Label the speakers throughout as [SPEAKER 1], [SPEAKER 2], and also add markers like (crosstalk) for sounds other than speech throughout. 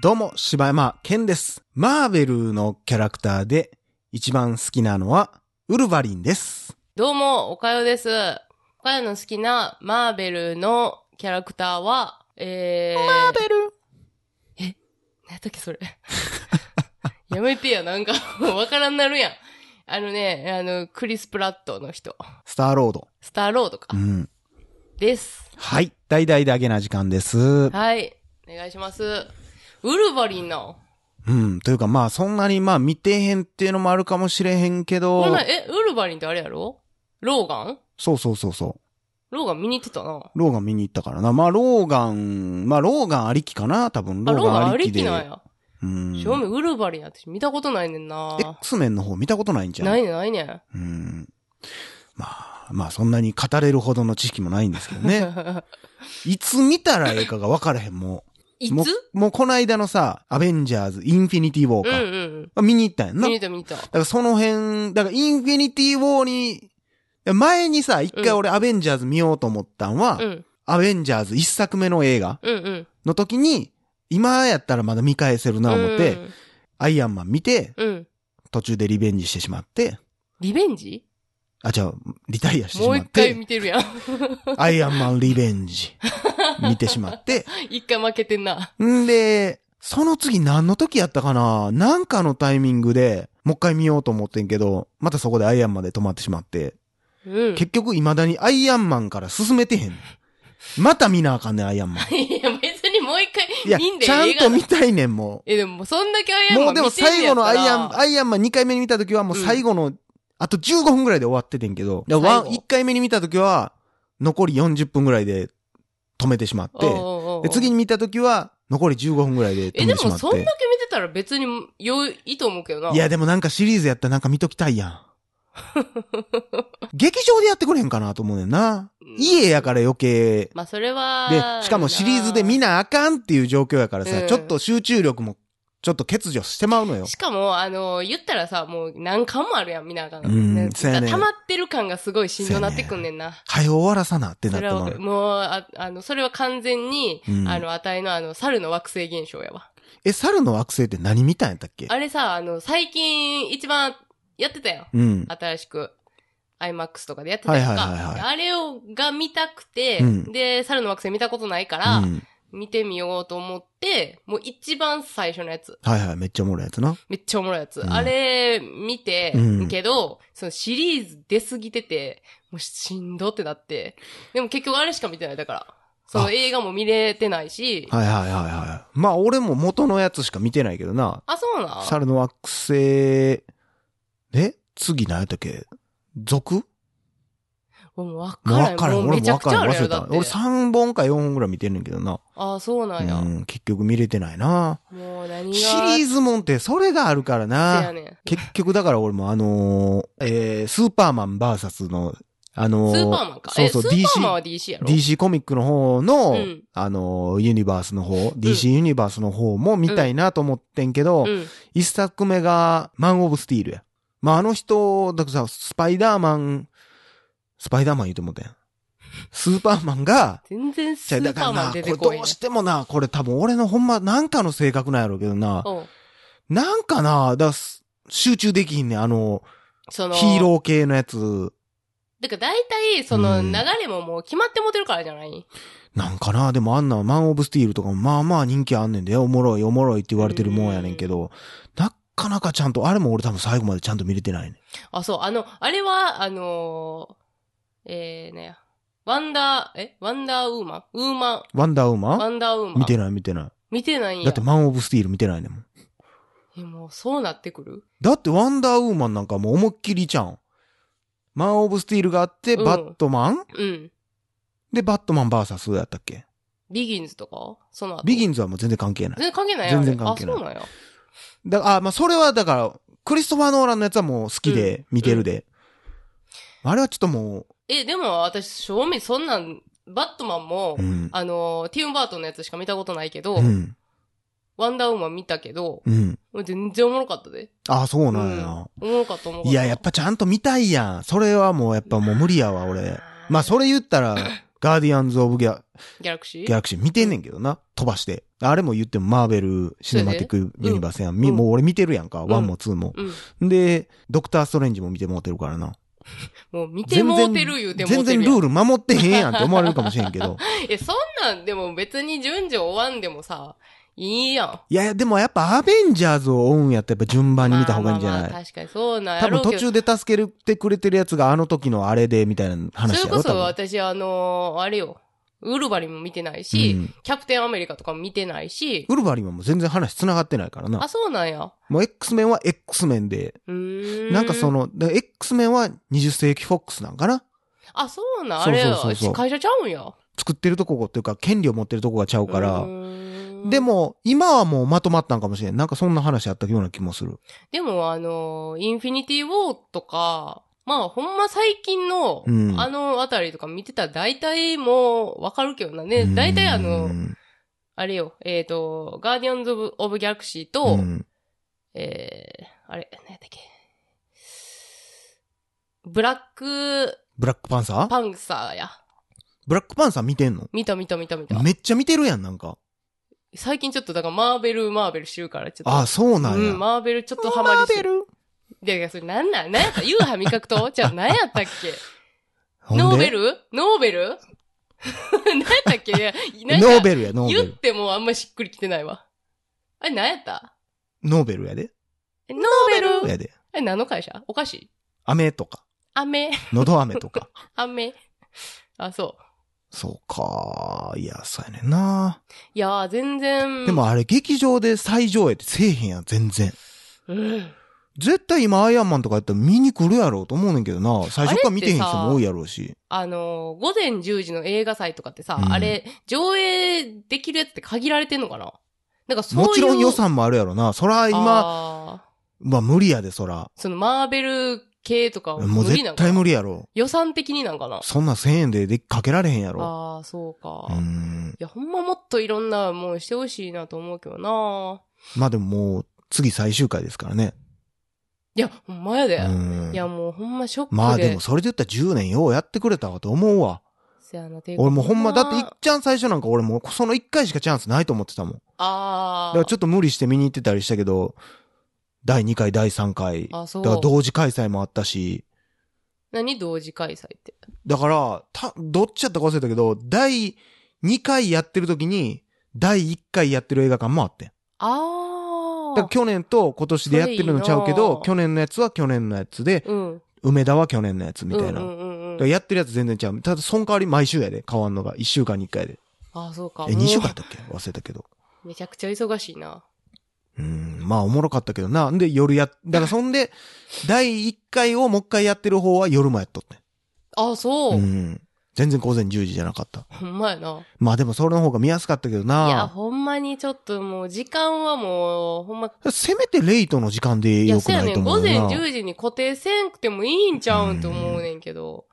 [SPEAKER 1] どうも、柴山健です。マーベルのキャラクターで一番好きなのはウルヴァリンです。
[SPEAKER 2] どうも、おかよです。おかよの好きなマーベルのキャラクターは、えー、マーベルえ、何やったっけそれ。 (laughs) やめてや、なんか、 (laughs) わからんなるやん。あのね、あの、クリス・プラットの人、
[SPEAKER 1] スターロード。
[SPEAKER 2] スターロードか
[SPEAKER 1] う、ん。
[SPEAKER 2] です。
[SPEAKER 1] はい。大々だけな時間です。
[SPEAKER 2] はい、お願いします。ウルヴァリンな。
[SPEAKER 1] うん。というかまあそんなにまあ見てへんっていうのもあるかもしれへんけど
[SPEAKER 2] こん。な、え、ウルヴァリンってあれやろローガン
[SPEAKER 1] そうそうそうそ
[SPEAKER 2] ローガン見に行ってたな。
[SPEAKER 1] う。ローガン見に行ったからな。まあローガン、まあローガンありきかな多分。
[SPEAKER 2] あ、
[SPEAKER 1] ロ
[SPEAKER 2] ロ
[SPEAKER 1] ーガ
[SPEAKER 2] ーガ
[SPEAKER 1] ン
[SPEAKER 2] ン
[SPEAKER 1] あ
[SPEAKER 2] あ
[SPEAKER 1] り
[SPEAKER 2] り
[SPEAKER 1] きで。
[SPEAKER 2] きなんや。
[SPEAKER 1] うん。
[SPEAKER 2] 正面ウルヴァリンやって見たことないねんな。
[SPEAKER 1] X 面の方見たことないんじゃん。
[SPEAKER 2] ないねんないねん。
[SPEAKER 1] うん。まあ、まあそんなに語れるほどの知識もないんですけど
[SPEAKER 2] (laughs)
[SPEAKER 1] ね。いつ見たらええかが分からへん、も。
[SPEAKER 2] いう
[SPEAKER 1] も
[SPEAKER 2] つ
[SPEAKER 1] うもうこの間のさ、アベンジャーズ、インフィニティウォー
[SPEAKER 2] うん
[SPEAKER 1] か。
[SPEAKER 2] うん
[SPEAKER 1] 見に行ったんやん
[SPEAKER 2] うん。
[SPEAKER 1] な。
[SPEAKER 2] 見
[SPEAKER 1] だ
[SPEAKER 2] に行った見に行った。
[SPEAKER 1] からその辺、だからインフィニティウォーに、前にさ、一回俺アベンジャーズ見ようと思ったんは、
[SPEAKER 2] うん、
[SPEAKER 1] アベンジャーズ一作目の映画
[SPEAKER 2] うん、うん。
[SPEAKER 1] の時に、今やったらまだ見返せるな思って、アイアンマン見て、
[SPEAKER 2] うん。うん。
[SPEAKER 1] 途中でリベンジしてしまって、
[SPEAKER 2] リベンジ
[SPEAKER 1] あ、じゃあ、リタイアしてし
[SPEAKER 2] もう
[SPEAKER 1] まっ
[SPEAKER 2] 一
[SPEAKER 1] て。
[SPEAKER 2] 回見てるやん。 (laughs)
[SPEAKER 1] アイアンマンリベンジ。見てしまって。
[SPEAKER 2] 一回負けてんな。
[SPEAKER 1] んで、その次何の時やったかななんかのタイミングで、もう一回見ようと思ってんけど、またそこでアイアンマンで止まってしまって、
[SPEAKER 2] うん。
[SPEAKER 1] 結局未だにアイアンマンから進めてへん。また見なあかんねん、アイアン
[SPEAKER 2] (laughs)
[SPEAKER 1] マン。
[SPEAKER 2] (laughs) いや、別にもう一回
[SPEAKER 1] いや、
[SPEAKER 2] 見んで
[SPEAKER 1] ちゃん
[SPEAKER 2] 映
[SPEAKER 1] と
[SPEAKER 2] 画
[SPEAKER 1] 見たいねん、も
[SPEAKER 2] え、でも、そんだけアイ
[SPEAKER 1] う。
[SPEAKER 2] アン
[SPEAKER 1] も
[SPEAKER 2] マ
[SPEAKER 1] う
[SPEAKER 2] ン
[SPEAKER 1] でも
[SPEAKER 2] 見てんね
[SPEAKER 1] 最
[SPEAKER 2] や
[SPEAKER 1] 後の
[SPEAKER 2] ったら
[SPEAKER 1] アイアン、アイアンマン2回目に見た時はもう最後の、あと15分ぐらいで終わっててんけど、
[SPEAKER 2] 最後
[SPEAKER 1] 1回目に見た時は、残り40分ぐらいで止めてしまって、
[SPEAKER 2] おうおうおう
[SPEAKER 1] で、次に見たときは、残り15分ぐらいで
[SPEAKER 2] え、
[SPEAKER 1] 止め
[SPEAKER 2] で
[SPEAKER 1] てしま
[SPEAKER 2] も、
[SPEAKER 1] っ
[SPEAKER 2] そんだけ見
[SPEAKER 1] て。
[SPEAKER 2] てたら別に、良い、いいと思うけどな。
[SPEAKER 1] いや、でもなんかシリーズやったらなんか見ときたいやん。 (laughs) 劇場でやってくれへんかなと思うねんな。
[SPEAKER 2] うん
[SPEAKER 1] 家やから余計。
[SPEAKER 2] まあ、それ
[SPEAKER 1] で
[SPEAKER 2] は、、
[SPEAKER 1] しかもシリーズで見
[SPEAKER 2] な。
[SPEAKER 1] なあかんっていう状況やからさ、
[SPEAKER 2] うん
[SPEAKER 1] ちょっと集中力も、ちょっと欠如してまうのよ
[SPEAKER 2] し。かも、あの、言ったらさ、もう何巻もあるやん、見なあかんの。
[SPEAKER 1] うん
[SPEAKER 2] ね
[SPEAKER 1] そうやね
[SPEAKER 2] 溜まってる感がすごいしんどなってくんねんな。
[SPEAKER 1] 早終わらさなってなっ
[SPEAKER 2] そ
[SPEAKER 1] て
[SPEAKER 2] れ
[SPEAKER 1] ま
[SPEAKER 2] は
[SPEAKER 1] う
[SPEAKER 2] わかる。もう、ああの、それは完全に、
[SPEAKER 1] うん
[SPEAKER 2] あの、あたいのあの、猿の惑星現象やわ。
[SPEAKER 1] え、猿の惑星って何見たんやったっけ
[SPEAKER 2] あれさ、あの、最近一番やってたやん。
[SPEAKER 1] うん。
[SPEAKER 2] 新しく。IMAX とかでやってたやんか。
[SPEAKER 1] はいはいはいはい
[SPEAKER 2] あれを、が見たくて、
[SPEAKER 1] うん
[SPEAKER 2] で、猿の惑星見たことないか
[SPEAKER 1] う
[SPEAKER 2] ら、
[SPEAKER 1] ん。
[SPEAKER 2] 見てみようと思って、もう一番最初のやつ。
[SPEAKER 1] はいはい、めっちゃおもろいやつな。
[SPEAKER 2] めっちゃおもろいやつ。
[SPEAKER 1] うん
[SPEAKER 2] あれ、見て、
[SPEAKER 1] うん
[SPEAKER 2] けど、そのシリーズ出すぎてて、もうしんどってなって。でも結局あれしか見てない、だから。そ
[SPEAKER 1] あ
[SPEAKER 2] の映画も見れてないし。
[SPEAKER 1] はいはいはいはい。まあ俺も元のやつしか見てないけどな。
[SPEAKER 2] あ、そうなん
[SPEAKER 1] 猿の惑星、え次何やったっけ族
[SPEAKER 2] もうわ
[SPEAKER 1] もう分
[SPEAKER 2] からん。
[SPEAKER 1] から
[SPEAKER 2] も
[SPEAKER 1] ん。
[SPEAKER 2] うめ
[SPEAKER 1] 俺
[SPEAKER 2] ち
[SPEAKER 1] も分
[SPEAKER 2] ゃく
[SPEAKER 1] か
[SPEAKER 2] ちゃ
[SPEAKER 1] らん。
[SPEAKER 2] あ
[SPEAKER 1] 忘
[SPEAKER 2] るや
[SPEAKER 1] れ
[SPEAKER 2] ろ、
[SPEAKER 1] た
[SPEAKER 2] だ。って。
[SPEAKER 1] 俺3本か4本ぐらい見てんねんけどな。
[SPEAKER 2] あ、そうなんや。
[SPEAKER 1] うん、結局見れてないな。
[SPEAKER 2] もう何
[SPEAKER 1] シ
[SPEAKER 2] が。
[SPEAKER 1] リー
[SPEAKER 2] ズ
[SPEAKER 1] ズもんってそれがあるから
[SPEAKER 2] や
[SPEAKER 1] な。
[SPEAKER 2] ねん。
[SPEAKER 1] 結局だから俺もあのー、えー、スーパーマンバーサスの、あのー、
[SPEAKER 2] スーパーマンか。
[SPEAKER 1] そうそう、
[SPEAKER 2] えスーパーマ
[SPEAKER 1] DC
[SPEAKER 2] ンは、DC やろ。
[SPEAKER 1] DC コミックの方の、
[SPEAKER 2] うん
[SPEAKER 1] あのー、ユニバースの方、DC ユニバースの方も見たいなと思ってんけど、
[SPEAKER 2] うん。
[SPEAKER 1] 一作目が、マン・オブ・スティールや。まあ、あの人、だからさ、スパイダーマン、スパイダーマン言うてもうたやん。スーパーマンが、
[SPEAKER 2] 全然ス
[SPEAKER 1] じゃあだ
[SPEAKER 2] ー
[SPEAKER 1] か
[SPEAKER 2] パ
[SPEAKER 1] ら
[SPEAKER 2] ーマン
[SPEAKER 1] な、こ
[SPEAKER 2] 出
[SPEAKER 1] れ
[SPEAKER 2] て
[SPEAKER 1] ど
[SPEAKER 2] こいやん
[SPEAKER 1] うしてもな、これ多分俺のほんま、なんかの性格なんやろうけどな、
[SPEAKER 2] おう
[SPEAKER 1] なんかな、だからす集中できひんねん、あの、
[SPEAKER 2] その、
[SPEAKER 1] ヒーロー系のやつ。
[SPEAKER 2] だから大体、その
[SPEAKER 1] う
[SPEAKER 2] 流
[SPEAKER 1] ん
[SPEAKER 2] れももう決まって持てるからじゃない
[SPEAKER 1] なんかな、でもあんな、マン・オブ・スティールとかも、まあまあ人気あんねんで、おもろい、おもろいって言われてるもんやねんけど、なかなかちゃんと、あれも俺多分最後までちゃんと見れてないね
[SPEAKER 2] あ、そう、あの、あれは、あのー、えー、ねや。ワンダー、えワンダーウーマンウーマン。
[SPEAKER 1] ん。ワンダーウーマ
[SPEAKER 2] ワ
[SPEAKER 1] ン
[SPEAKER 2] ンダーウーマン。
[SPEAKER 1] 見てない、見てない。
[SPEAKER 2] 見てないん
[SPEAKER 1] だ
[SPEAKER 2] や
[SPEAKER 1] って。マン・オブ・スティール見てないねんもん。
[SPEAKER 2] え、もうそうなってくる
[SPEAKER 1] だってワンダーウーマンなんかもう思いっきりじゃん。マン・オブ・スティールがあって、
[SPEAKER 2] うん
[SPEAKER 1] バットマン
[SPEAKER 2] うん。
[SPEAKER 1] で、バットマン VS やったっけ
[SPEAKER 2] ビギンズとかその後。
[SPEAKER 1] ビギ
[SPEAKER 2] ン
[SPEAKER 1] ンズはもう全然関係ない。
[SPEAKER 2] 全然関係ない
[SPEAKER 1] 全然関係ない
[SPEAKER 2] あれあ、そうなんや。
[SPEAKER 1] だから、あ、まあそれはだから、クリストファー・ノーランのやつはもう好きで見てるで。あれはちょっとも
[SPEAKER 2] え、でも私、正味そんなん、バットマンも、
[SPEAKER 1] う、うん。
[SPEAKER 2] あのー、ティム・バートンのやつしか見たことないけど、
[SPEAKER 1] うん。
[SPEAKER 2] ワンダーウーマン見たけど、
[SPEAKER 1] うん。
[SPEAKER 2] もう全然おもろかったで。
[SPEAKER 1] ああ、そうなんや。
[SPEAKER 2] うんおもろかった、おもろか
[SPEAKER 1] い
[SPEAKER 2] った。 (laughs)
[SPEAKER 1] や、やっぱちゃんと見たいやん。それはもうやっぱもう無理やわ、俺。まあそれ言ったら、ガーディアンズ・オブ・ギャ
[SPEAKER 2] ギャラクシ
[SPEAKER 1] ギ
[SPEAKER 2] ー
[SPEAKER 1] ャラクシー見てんねんけどな。飛ばして。あれも言ってもマーベル・シネマティック・ユニバースやん。み
[SPEAKER 2] うん
[SPEAKER 1] もう俺見てるやんか。
[SPEAKER 2] ん
[SPEAKER 1] ワンもツーも。
[SPEAKER 2] うん。
[SPEAKER 1] で、ドクター・ストレンジも見てもうてるからな。
[SPEAKER 2] もう見てもうてる言うてもうてるや
[SPEAKER 1] 全
[SPEAKER 2] ん。
[SPEAKER 1] 然ルール守ってへんやんって思われるかもしれんけ
[SPEAKER 2] (laughs)
[SPEAKER 1] ど。
[SPEAKER 2] え、そんなんでも別に順序終わんでもさ、いいやん。
[SPEAKER 1] いやいや、でもやっぱアベンジャーズを追うんやったらやっぱ順番に見た方がいいんじゃない、
[SPEAKER 2] まあまあまあ確かにそうなんや
[SPEAKER 1] 多
[SPEAKER 2] ろ
[SPEAKER 1] 分
[SPEAKER 2] うけど。
[SPEAKER 1] 途中で助けてくれてるやつがあの時のあれでみたいな話
[SPEAKER 2] それ
[SPEAKER 1] やろ
[SPEAKER 2] こそ
[SPEAKER 1] 多分
[SPEAKER 2] 私、あのーあれよ。ウルバリンも見てないし、
[SPEAKER 1] うん
[SPEAKER 2] キャプテンアメリカとかも見てないし、
[SPEAKER 1] ウルヴァリンはもう全然話繋がってないからな
[SPEAKER 2] あ、。そうなんや。
[SPEAKER 1] もう X メンは X メンで、
[SPEAKER 2] うーん。
[SPEAKER 1] なんかそ
[SPEAKER 2] の、
[SPEAKER 1] の、で X メンは20世紀フォックスなんかな
[SPEAKER 2] あ、そうな
[SPEAKER 1] そう
[SPEAKER 2] んあ
[SPEAKER 1] そう
[SPEAKER 2] れ
[SPEAKER 1] そう
[SPEAKER 2] よ
[SPEAKER 1] そう
[SPEAKER 2] 会社ちゃうんや。
[SPEAKER 1] 作ってるとこっていうか、権利を持ってるとこがちゃうか
[SPEAKER 2] う
[SPEAKER 1] ら。
[SPEAKER 2] ーん
[SPEAKER 1] で、も、今はもうまとまったんかもしれん。なんかそんな話あったような気もする。
[SPEAKER 2] でもあのーインフィニティウォーとか、まあほんま最近の、
[SPEAKER 1] うん
[SPEAKER 2] あのあたりとか見てたら大体もうわかるけどな。ね、大体あの、
[SPEAKER 1] うん
[SPEAKER 2] あれよ、えっ、と、ガーディアンズ・オブ・オブ・ギャラクシーと、
[SPEAKER 1] うん
[SPEAKER 2] えー、あれ、何やったっけ。ブラック
[SPEAKER 1] ブラックパンサー
[SPEAKER 2] パンサーや。
[SPEAKER 1] ブラックパンサー見てんの
[SPEAKER 2] 見た見た見た見た。
[SPEAKER 1] めっちゃ見てるやん、なんか。
[SPEAKER 2] 最近ちょっとだからマーベル、マーベルしてるから、ちょっと。
[SPEAKER 1] ああ、そうなんや。
[SPEAKER 2] うん、マーベルちょっとハマりしてる。
[SPEAKER 1] ル
[SPEAKER 2] いやいや、それなんなんなん
[SPEAKER 1] (laughs)
[SPEAKER 2] やったユーハ味覚とじゃあ何やったっけ
[SPEAKER 1] ほんで
[SPEAKER 2] ノーベルノーベル (laughs) 何やったっけいや、なんか
[SPEAKER 1] ノーベルや、ノーベ
[SPEAKER 2] 言っ
[SPEAKER 1] ル。
[SPEAKER 2] てもあんましっくりきてないわ。あれ何やった
[SPEAKER 1] ノーベルやで。
[SPEAKER 2] えノーベル
[SPEAKER 1] やで。
[SPEAKER 2] え、何の会社お菓子
[SPEAKER 1] 飴とか、
[SPEAKER 2] 飴
[SPEAKER 1] 喉飴と
[SPEAKER 2] (laughs)
[SPEAKER 1] か。
[SPEAKER 2] 飴。あ、そう。
[SPEAKER 1] そうか。いや、そうやねんな。
[SPEAKER 2] いやー、全然。
[SPEAKER 1] で、もあれ、劇場で再上映ってせえへんやん、全然。
[SPEAKER 2] うん。
[SPEAKER 1] 絶対今、アイアンマンとかやったら見に来るやろうと思うねんけどな。最初から見てへん人も多いやろうし。
[SPEAKER 2] あのー午前10時の映画祭とかってさ、
[SPEAKER 1] うん
[SPEAKER 2] あれ、上映できるやつって限られてんのかななんかそういう。
[SPEAKER 1] もちろん予算もあるやろな。そら今、
[SPEAKER 2] 今。
[SPEAKER 1] まあ無理やで、そら。
[SPEAKER 2] そのマーベル系とかは
[SPEAKER 1] もう
[SPEAKER 2] 無理
[SPEAKER 1] 絶
[SPEAKER 2] なんかな
[SPEAKER 1] 対無理やろ。
[SPEAKER 2] 予算的になんかな
[SPEAKER 1] そんな1000円ででかけられへんやろ。
[SPEAKER 2] ああ、そうか。
[SPEAKER 1] う
[SPEAKER 2] い
[SPEAKER 1] ん。
[SPEAKER 2] や、ほんまもっといろんなもんしてほしいなと思うけどな
[SPEAKER 1] まあでももう、次最終回ですからね。
[SPEAKER 2] いや、ほんまやで。
[SPEAKER 1] うん
[SPEAKER 2] い。や、もうほんまショックで。
[SPEAKER 1] まあでもそれで言ったら10年ようやってくれたわと思うわ。
[SPEAKER 2] せやな、ていか
[SPEAKER 1] 俺もうほんま、だっていっ
[SPEAKER 2] あ
[SPEAKER 1] ちゃん最初なんか俺もうその1回しかチャンスないと思ってたもん。だ
[SPEAKER 2] あ
[SPEAKER 1] からちょっと無理して見に行ってたりしたけど、第2回、第3回。だ
[SPEAKER 2] あ、そ
[SPEAKER 1] から
[SPEAKER 2] う。
[SPEAKER 1] 同時開催もあったし、
[SPEAKER 2] 何同時開催って。
[SPEAKER 1] だから、た、どっちやったか忘れたけど、第2回やってる時に、第1回やってる映画館もあってん。だか
[SPEAKER 2] あ
[SPEAKER 1] ら
[SPEAKER 2] あ。
[SPEAKER 1] 去年と今年でやってるのちゃうけ
[SPEAKER 2] それいい
[SPEAKER 1] ど
[SPEAKER 2] な、あ
[SPEAKER 1] 去年のやつは去年のやつで、
[SPEAKER 2] うん。
[SPEAKER 1] 梅田は去年のやつみたいな。
[SPEAKER 2] うんうんうん
[SPEAKER 1] だ
[SPEAKER 2] う
[SPEAKER 1] から
[SPEAKER 2] ん
[SPEAKER 1] やってるやつ全然ちゃう。ただ、その代わり毎週やで、変わんのが。1週間に1回で。
[SPEAKER 2] あ、そうか。
[SPEAKER 1] え、2週間
[SPEAKER 2] も
[SPEAKER 1] だったっけ忘れたけど。
[SPEAKER 2] うめちゃくちゃ忙しいな。
[SPEAKER 1] うん、まあおもろかったけどな。んで夜や、だからそんで、第1回をもう一回やってる方は夜もやっとって。
[SPEAKER 2] あ、そうう。
[SPEAKER 1] ん。全然午前10時じゃなかった。
[SPEAKER 2] ほんまやな。
[SPEAKER 1] まあでもそれの方が見やすかったけど
[SPEAKER 2] いや、
[SPEAKER 1] な。
[SPEAKER 2] ほんまにちょっともう、時間はもう、ほんま、
[SPEAKER 1] せめてレイトの時間で
[SPEAKER 2] い
[SPEAKER 1] よ
[SPEAKER 2] や、
[SPEAKER 1] く
[SPEAKER 2] そうや
[SPEAKER 1] ない
[SPEAKER 2] ね
[SPEAKER 1] と
[SPEAKER 2] ん。
[SPEAKER 1] 思
[SPEAKER 2] 午
[SPEAKER 1] うな。
[SPEAKER 2] 前10時に固定せんくてもいいんちゃうんと思うねんけど、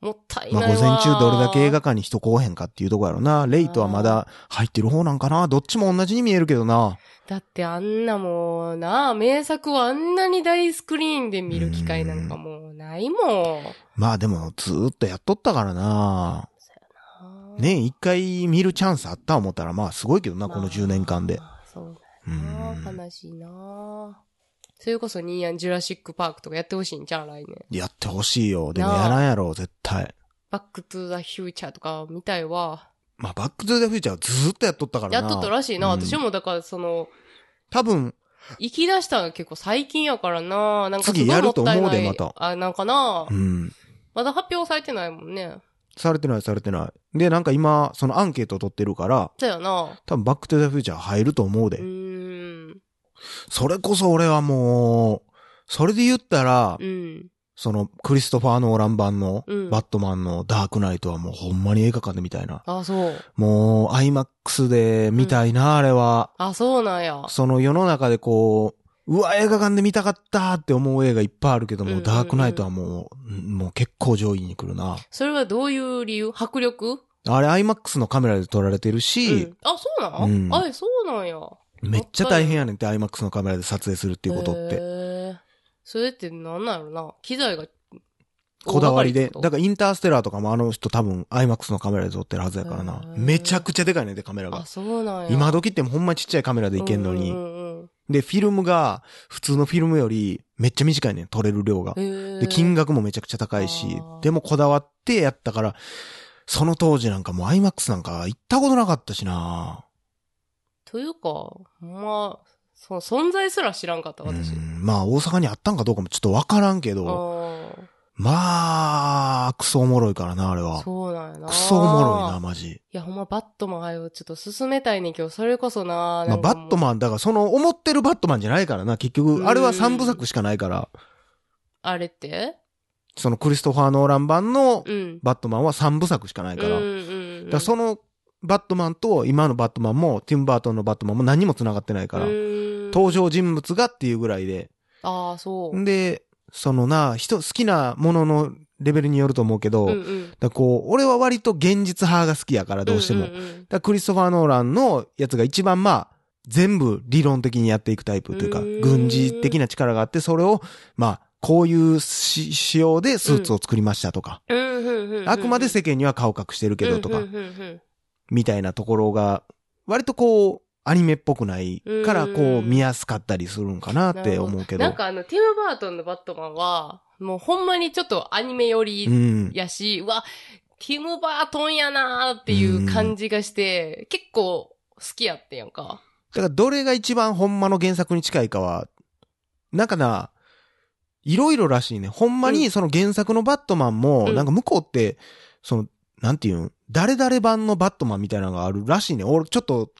[SPEAKER 2] もったい
[SPEAKER 1] ま
[SPEAKER 2] な
[SPEAKER 1] あ
[SPEAKER 2] いわ。
[SPEAKER 1] 午前中どれだけ映画館に人来おへんかっていうとこやろな。レイトはまだ入ってる方なんかな。どっちも同じに見えるけどな。
[SPEAKER 2] だってあんなもう、なあ、名作をあんなに大スクリーンで見る機会なんかもうないもん。
[SPEAKER 1] まあでもずーっとやっとったからな。
[SPEAKER 2] あー、
[SPEAKER 1] 年一回見るチャンスあった思ったらまあすごいけどな、この10年間で。
[SPEAKER 2] まあ。そう
[SPEAKER 1] う。
[SPEAKER 2] だなん悲しいなそれこそニーヤンジュラシックパークとかやってほしいんじゃん、来年。
[SPEAKER 1] やってほしいよ。でも
[SPEAKER 2] なあ
[SPEAKER 1] やらんやろ、絶対。
[SPEAKER 2] バックトゥーザフューチャーとか見たいわ。
[SPEAKER 1] まあ、バックトゥーザフューチャーはずーっとやっとったから
[SPEAKER 2] や
[SPEAKER 1] な。
[SPEAKER 2] っとったらしいな。
[SPEAKER 1] うん
[SPEAKER 2] 私もだからその、
[SPEAKER 1] 多分、
[SPEAKER 2] 行き出したのが結構最近やからな。なんかすごい
[SPEAKER 1] 次やると思うで
[SPEAKER 2] もったいない
[SPEAKER 1] また
[SPEAKER 2] あ、なんかな、
[SPEAKER 1] うん。
[SPEAKER 2] まだ発表されてないもんね。
[SPEAKER 1] されてない、されてない。で、なんか今、そのアンケート取ってるから、
[SPEAKER 2] そうやな。
[SPEAKER 1] 多分バックトゥーザフューチャー入ると思うで。
[SPEAKER 2] うーん。
[SPEAKER 1] それこそ俺はもう、それで言ったら、
[SPEAKER 2] うん。
[SPEAKER 1] その、クリストファー・ノーラン版の、
[SPEAKER 2] うん
[SPEAKER 1] バットマンのダークナイトはもうほんまに映画館で見たいな。
[SPEAKER 2] あ、そう。
[SPEAKER 1] もう、IMAX で見たいな、あれは。
[SPEAKER 2] あ、そうなんや。
[SPEAKER 1] その世の中でこう、うわ、映画館で見たかったって思う映画いっぱいあるけども、
[SPEAKER 2] うんうんうん
[SPEAKER 1] ダークナイトはもう、もう結構上位に来るな。
[SPEAKER 2] それはどういう理由迫力
[SPEAKER 1] あれ IMAX のカメラで撮られてる
[SPEAKER 2] う
[SPEAKER 1] し、
[SPEAKER 2] ん、あ、そうなの、
[SPEAKER 1] うん
[SPEAKER 2] あ、そうなんや。っ
[SPEAKER 1] めっちゃ大変やねんって IMAX のカメラで撮影するっていうことって。
[SPEAKER 2] て。それってなんなんやろな。機材が
[SPEAKER 1] こだわりで。だ
[SPEAKER 2] か
[SPEAKER 1] からインターステラーとかもあの人多分 IMAX のカメラで撮ってるはずやからな。
[SPEAKER 2] へー
[SPEAKER 1] めちゃくちゃでかいねんでカメラが
[SPEAKER 2] あ、。そうなんや。
[SPEAKER 1] 今時ってほんまちっちゃいカメラでいけんの
[SPEAKER 2] う
[SPEAKER 1] に。
[SPEAKER 2] んうんうん
[SPEAKER 1] で、フィルムが普通のフィルムよりめっちゃ短いねん、撮れる量が。
[SPEAKER 2] へえ
[SPEAKER 1] で、金額もめちゃくちゃ高いし
[SPEAKER 2] あー、
[SPEAKER 1] でもこだわってやったから、その当時なんかもう IMAX なんか行ったことなかったしな
[SPEAKER 2] というか、ほんまあ、その存在すら知らんかった、私
[SPEAKER 1] う。んまあ大阪にあったんかどうかもちょっとわからんけ
[SPEAKER 2] あ
[SPEAKER 1] ど、
[SPEAKER 2] ー
[SPEAKER 1] まあ、クソおもろいからな、あれは。
[SPEAKER 2] そうなんやな。
[SPEAKER 1] クソおもろいな、マジ。
[SPEAKER 2] いや、ほんま、バットマンあれをちょっと進めたいねんけど、それこそな、
[SPEAKER 1] ま
[SPEAKER 2] な
[SPEAKER 1] あ、
[SPEAKER 2] ん
[SPEAKER 1] バ
[SPEAKER 2] かもう
[SPEAKER 1] ットマン、だから、その、思ってるバットマンじゃないからな、結
[SPEAKER 2] うん
[SPEAKER 1] 局、あれは3部作しかないから、
[SPEAKER 2] あれって
[SPEAKER 1] そのクリストファー・ノーラン版の
[SPEAKER 2] うん。
[SPEAKER 1] バットマンは3部作しかないから、だ
[SPEAKER 2] うんうんうん、
[SPEAKER 1] からその、バットマンと今のバットマンも、ティム・バートンのバットマンも何も繋がってないから
[SPEAKER 2] う、ーん
[SPEAKER 1] 登場人物がっていうぐらいで、
[SPEAKER 2] ああ、そう。
[SPEAKER 1] んで、そのな、人、好きなもののレベルによると思うけど、
[SPEAKER 2] うんう
[SPEAKER 1] だか
[SPEAKER 2] ん、
[SPEAKER 1] らこう、俺は割と現実派が好きやから、どうしても。
[SPEAKER 2] んんん
[SPEAKER 1] だからクリストファー・ノーランのやつが一番まあ、全部理論的にやっていくタイプというか、
[SPEAKER 2] うーん
[SPEAKER 1] 軍事的な力があって、それを、まあ、こういうし仕様でスーツを作りましたとか、
[SPEAKER 2] うんうんうんうん
[SPEAKER 1] あくまで世間には顔隠してるけどと
[SPEAKER 2] う
[SPEAKER 1] か
[SPEAKER 2] んう、んうん
[SPEAKER 1] みたいなところが、割とこう、アニメっぽくないから、こう、見やすかったりするんかなって思う
[SPEAKER 2] う
[SPEAKER 1] け
[SPEAKER 2] ん、
[SPEAKER 1] ど。
[SPEAKER 2] なんかあの、ティム・バートンのバットマンは、もうほんまにちょっとアニメ寄り
[SPEAKER 1] うん。
[SPEAKER 2] やし、うわ、ティム・バートンやなーっていう感じがして、結構好きやってんやんか。
[SPEAKER 1] だから、どれが一番ほんまの原作に近いかは、なんかな、いろいろらしいね。ほんま
[SPEAKER 2] う
[SPEAKER 1] にその原作のバットマンも、
[SPEAKER 2] うん
[SPEAKER 1] なんか向こうって、その、なんていうん、誰々版のバットマンみたいなのがあるらしいね。俺、ちょっと、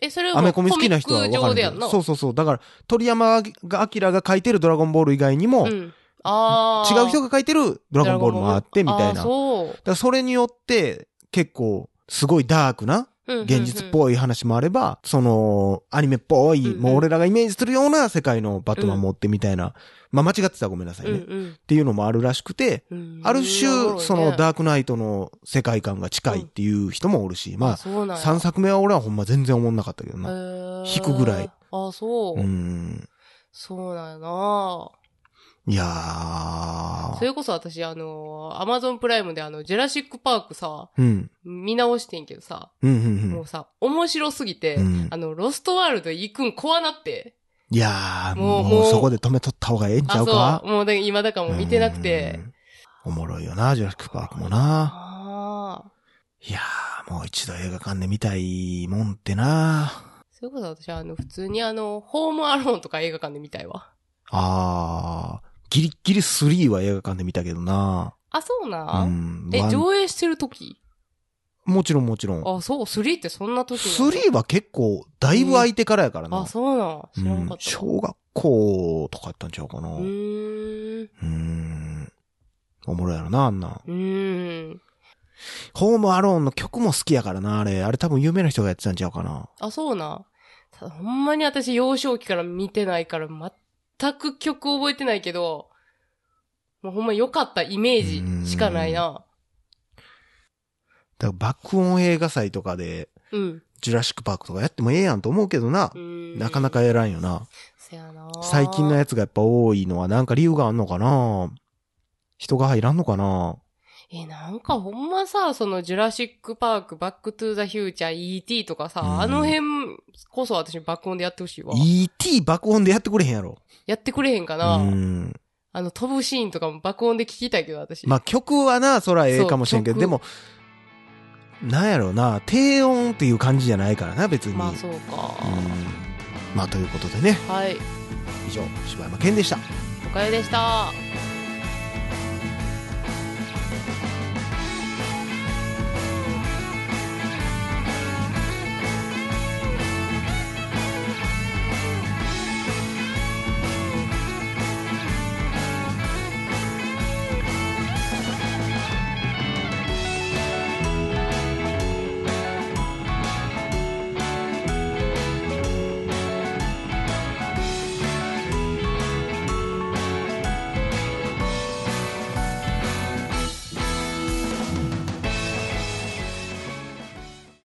[SPEAKER 2] え、それは
[SPEAKER 1] アメコミ好きな人は
[SPEAKER 2] コ
[SPEAKER 1] わ
[SPEAKER 2] ミ
[SPEAKER 1] か
[SPEAKER 2] ック上
[SPEAKER 1] ん
[SPEAKER 2] で
[SPEAKER 1] な
[SPEAKER 2] や
[SPEAKER 1] い
[SPEAKER 2] ん
[SPEAKER 1] け
[SPEAKER 2] な。
[SPEAKER 1] ど。そうそうそう。だから、鳥山が明が書いてるドラゴンボール以外にも、
[SPEAKER 2] う
[SPEAKER 1] 違
[SPEAKER 2] ん。ああ。
[SPEAKER 1] う人が書いてるドラゴンボールもあって、みたいな。だか
[SPEAKER 2] あーそう
[SPEAKER 1] ら、それによって、結構、すごいダークな
[SPEAKER 2] うんうんうん。
[SPEAKER 1] 現実っぽい話もあれば、その、アニメっぽい、
[SPEAKER 2] うんうん
[SPEAKER 1] もう俺らがイメージするような世界のバットマン持ってみたいな、まあ間違ってたらごめんなさいね、
[SPEAKER 2] うん
[SPEAKER 1] っ
[SPEAKER 2] うん
[SPEAKER 1] ていうのもあるらしくて、
[SPEAKER 2] うん
[SPEAKER 1] ある種、その
[SPEAKER 2] ー
[SPEAKER 1] ダークナイトの世界観が近いっていう人もおるし、まあ、
[SPEAKER 2] そうなんや
[SPEAKER 1] 3作目は俺はほんま全然思んなかったけど
[SPEAKER 2] へ
[SPEAKER 1] な。
[SPEAKER 2] ー
[SPEAKER 1] 引くぐらい。
[SPEAKER 2] あ、そ
[SPEAKER 1] う
[SPEAKER 2] う。
[SPEAKER 1] ん。
[SPEAKER 2] そうなんやな。
[SPEAKER 1] いや
[SPEAKER 2] そ
[SPEAKER 1] ー。
[SPEAKER 2] れこそ私、あのー、アマゾンプライムであの、ジェラシックパークさ、
[SPEAKER 1] うん。
[SPEAKER 2] 見直してんけどさ、
[SPEAKER 1] うん、う
[SPEAKER 2] も
[SPEAKER 1] ん、
[SPEAKER 2] うさ、面白すぎて、
[SPEAKER 1] うん。うん
[SPEAKER 2] あの、ロストワールド行くん怖なって。
[SPEAKER 1] いやー、
[SPEAKER 2] も
[SPEAKER 1] も
[SPEAKER 2] う
[SPEAKER 1] う
[SPEAKER 2] もう
[SPEAKER 1] そこで止めとった方がええんちゃう
[SPEAKER 2] あ、
[SPEAKER 1] か
[SPEAKER 2] そう。もうだ今だからもう見てなくて。
[SPEAKER 1] うん。おもろいよな、ジュラシックパークもな。
[SPEAKER 2] ああ。
[SPEAKER 1] いやー、もう一度映画館で見たいもんってな
[SPEAKER 2] それこそ私、あの、普通にあの、ホームアローンとか映画館で見たいわ。
[SPEAKER 1] あー、ギリッギリ3は映画館で見たけどな
[SPEAKER 2] あ、そうな。
[SPEAKER 1] うんん。
[SPEAKER 2] え
[SPEAKER 1] ワ、ン
[SPEAKER 2] 上映してる時
[SPEAKER 1] もちろんもちろん。
[SPEAKER 2] あ、そう、3ってそんな時なの
[SPEAKER 1] 3は結構、だいぶ空いてからやからな。
[SPEAKER 2] あ、そうなん。知らん
[SPEAKER 1] う
[SPEAKER 2] か
[SPEAKER 1] ん
[SPEAKER 2] ったわ。
[SPEAKER 1] 小学校とかやったんちゃうかな。
[SPEAKER 2] う
[SPEAKER 1] う
[SPEAKER 2] ーん。
[SPEAKER 1] ーん。おもろいやろな、あんなん。
[SPEAKER 2] うーん。
[SPEAKER 1] ホームアローンの曲も好きやからな、あれ。あれ多分有名な人がやってたんちゃうかな。
[SPEAKER 2] あ、そうな。ただ、ほんまに私、幼少期から見てないから、全く曲覚えてないけど、もうほんま良かったイメージしかないな。
[SPEAKER 1] だから爆音映画祭とかで、
[SPEAKER 2] うん。
[SPEAKER 1] ジュラシックパークとかやってもええやんと思うけどな。
[SPEAKER 2] うん
[SPEAKER 1] なかな。かやらんよな。
[SPEAKER 2] せやな。
[SPEAKER 1] 最近のやつがやっぱ多いのはなんか理由があんのかな人が入らんのかな
[SPEAKER 2] え、なんかほんまさ、その、ジュラシック・パーク、バック・トゥ・ザ・フューチャー、E.T. とかさ、
[SPEAKER 1] うん
[SPEAKER 2] あの辺こそ私爆音でやってほしいわ。
[SPEAKER 1] ?ET 爆音でやってくれへんやろ。
[SPEAKER 2] やってくれへんか
[SPEAKER 1] う
[SPEAKER 2] な、
[SPEAKER 1] ん。
[SPEAKER 2] あの、飛ぶシーンとかも爆音で聞きたいけど、私。
[SPEAKER 1] まあ曲はな、そらええかもしれんけ
[SPEAKER 2] そ
[SPEAKER 1] ど、
[SPEAKER 2] う
[SPEAKER 1] で
[SPEAKER 2] 曲
[SPEAKER 1] も、なんやろうな、低音っていう感じじゃないからな、別に。
[SPEAKER 2] まあ、そうか。
[SPEAKER 1] うんまあということでね、
[SPEAKER 2] はい。
[SPEAKER 1] 以上、柴山健でした。
[SPEAKER 2] おかゆでした。